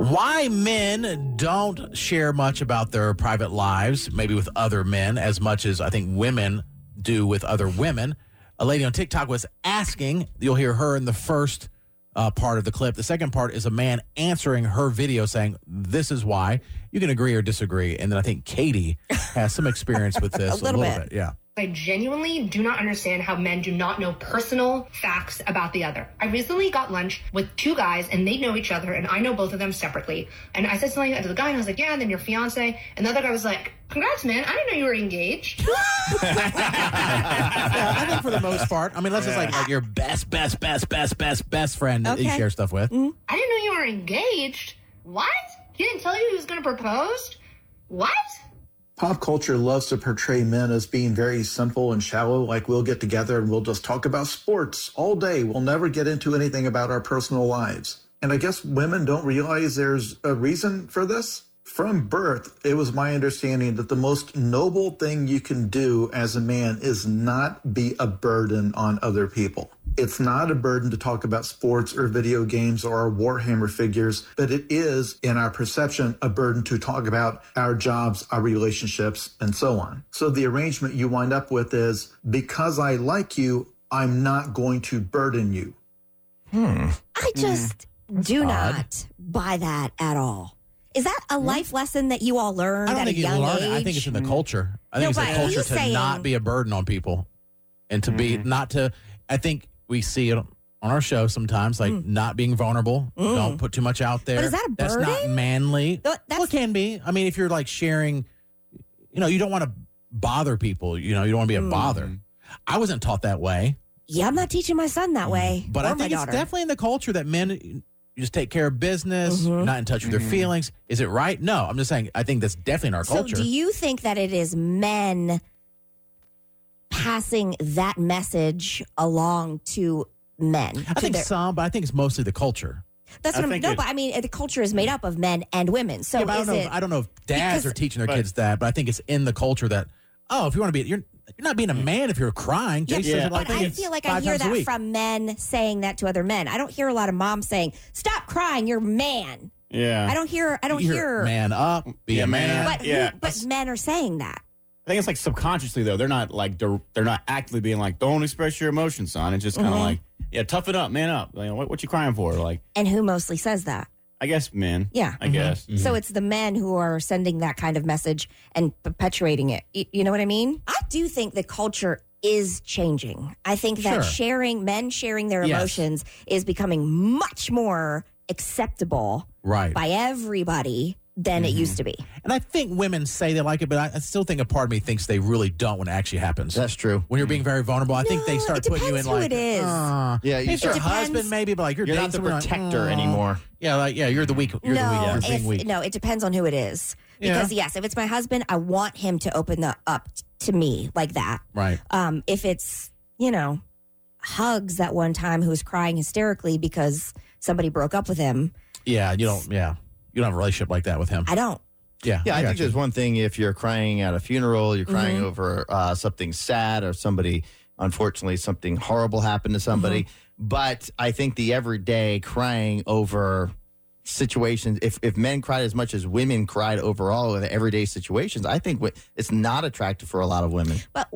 Why men don't share much about their private lives, maybe with other men, as much as I think women do with other women. A lady on TikTok was asking, you'll hear her in the first uh, part of the clip. The second part is a man answering her video saying, This is why. You can agree or disagree. And then I think Katie has some experience with this A little bit. Yeah. I genuinely do not understand how men do not know personal facts about the other. I recently got lunch with two guys and they know each other and I know both of them separately. And I said something to the guy and I was like, yeah, and then your fiance. And the other guy was like, congrats, man. I didn't know you were engaged. Yeah, I think for the most part. I mean, unless it's like, like your best, best, best, best, best, best friend that you Okay. share stuff with. I didn't know you were engaged. What? He didn't tell you he was going to propose? What? Pop culture loves to portray men as being very simple and shallow, like we'll get together and we'll just talk about sports all day. We'll never get into anything about our personal lives. And I guess women don't realize there's a reason for this. From birth, it was my understanding that the most noble thing you can do as a man is not be a burden on other people. It's not a burden to talk about sports or video games or our Warhammer figures, but it is, in our perception, a burden to talk about our jobs, our relationships, and so on. So the arrangement you wind up with is because I like you, I'm not going to burden you. I just do Mm-hmm. odd. Hmm? not buy that at all. Is that a life lesson that you all learned I don't at think a you young learn age? it. I think it's in the culture. I No, think it's but the culture he's to saying- not be a burden on people and to be not to. I think we see it on our show sometimes, like not being vulnerable. Mm. Don't put too much out there. But is that a That's not burden? manly. Th- that's- well, it can be. I mean, if you're like sharing, you know, you don't want to bother people. You know, you don't want to be a Mm. bother. I wasn't taught that way, yeah, I'm not teaching my son that way. Mm-hmm. but or I my think it's daughter. definitely in the culture that men you just take care of business, Mhm. not in touch with their feelings. Is it right? No, I'm just saying. I think that's definitely in our so, culture. do you think that it is men passing that message along to men? I To think their- some, but I think it's mostly the culture. that's I what I'm. think No, it- but I mean, the culture is made up of men and women. So, Yeah, but I Oh, is don't know. it? If, I don't know if dads because- are teaching their But- kids that, but I think it's in the culture that oh, if you want to be, you're you're not being a man if you're crying. Yeah, Jay says Yeah. it but I it's feel like I five hear times a that week. from men saying that to other men. I don't hear a lot of moms saying, "Stop crying, you're a man." Yeah. I don't hear. I don't You hear. man up, be Yeah, a man. man up. But who- Yeah. but men are saying that. I think it's like subconsciously though. They're not like they're, they're not actively being like, "Don't express your emotions, son." It's just kind of Mhm. like, "Yeah, tough it up, man up." Like, what, what you crying for? Like, And who mostly says that? I guess men. Yeah. Mm-hmm. I guess. So it's the men who are sending that kind of message and perpetuating it. Y- You know what I mean? I do think the culture is changing. I think that Sure. sharing men sharing their Yes. emotions is becoming much more acceptable Right. by everybody than Mm-hmm. it used to be. And I think women say they like it, but I, I still think a part of me thinks they really don't when it actually happens. That's true. when you're being very vulnerable, I think they No, start it putting you in depends who like it is. Mm. "Ah." Yeah, you it's your start- husband Depends. maybe, but like you're, You're not the dating someone, like, protector "Ah." anymore. Yeah, like yeah, you're the weak. You're the weak. no, You're being if- weak. no, it depends on who it is. Yeah. Because yes, if it's my husband, I want him to open the, up t- to me like that. Right. Um, if it's you know hugs that one time who was crying hysterically because somebody broke up with him, Yeah. You don't. Yeah. You don't have a relationship like that with him. I don't. Yeah. Yeah, I, got think you. there's one thing if you're crying at a funeral, you're crying over uh, something sad or somebody, unfortunately, something horrible happened to somebody. But I think the everyday crying over situations, if, if men cried as much as women cried overall in everyday situations, I think wh- it's not attractive for a lot of women. But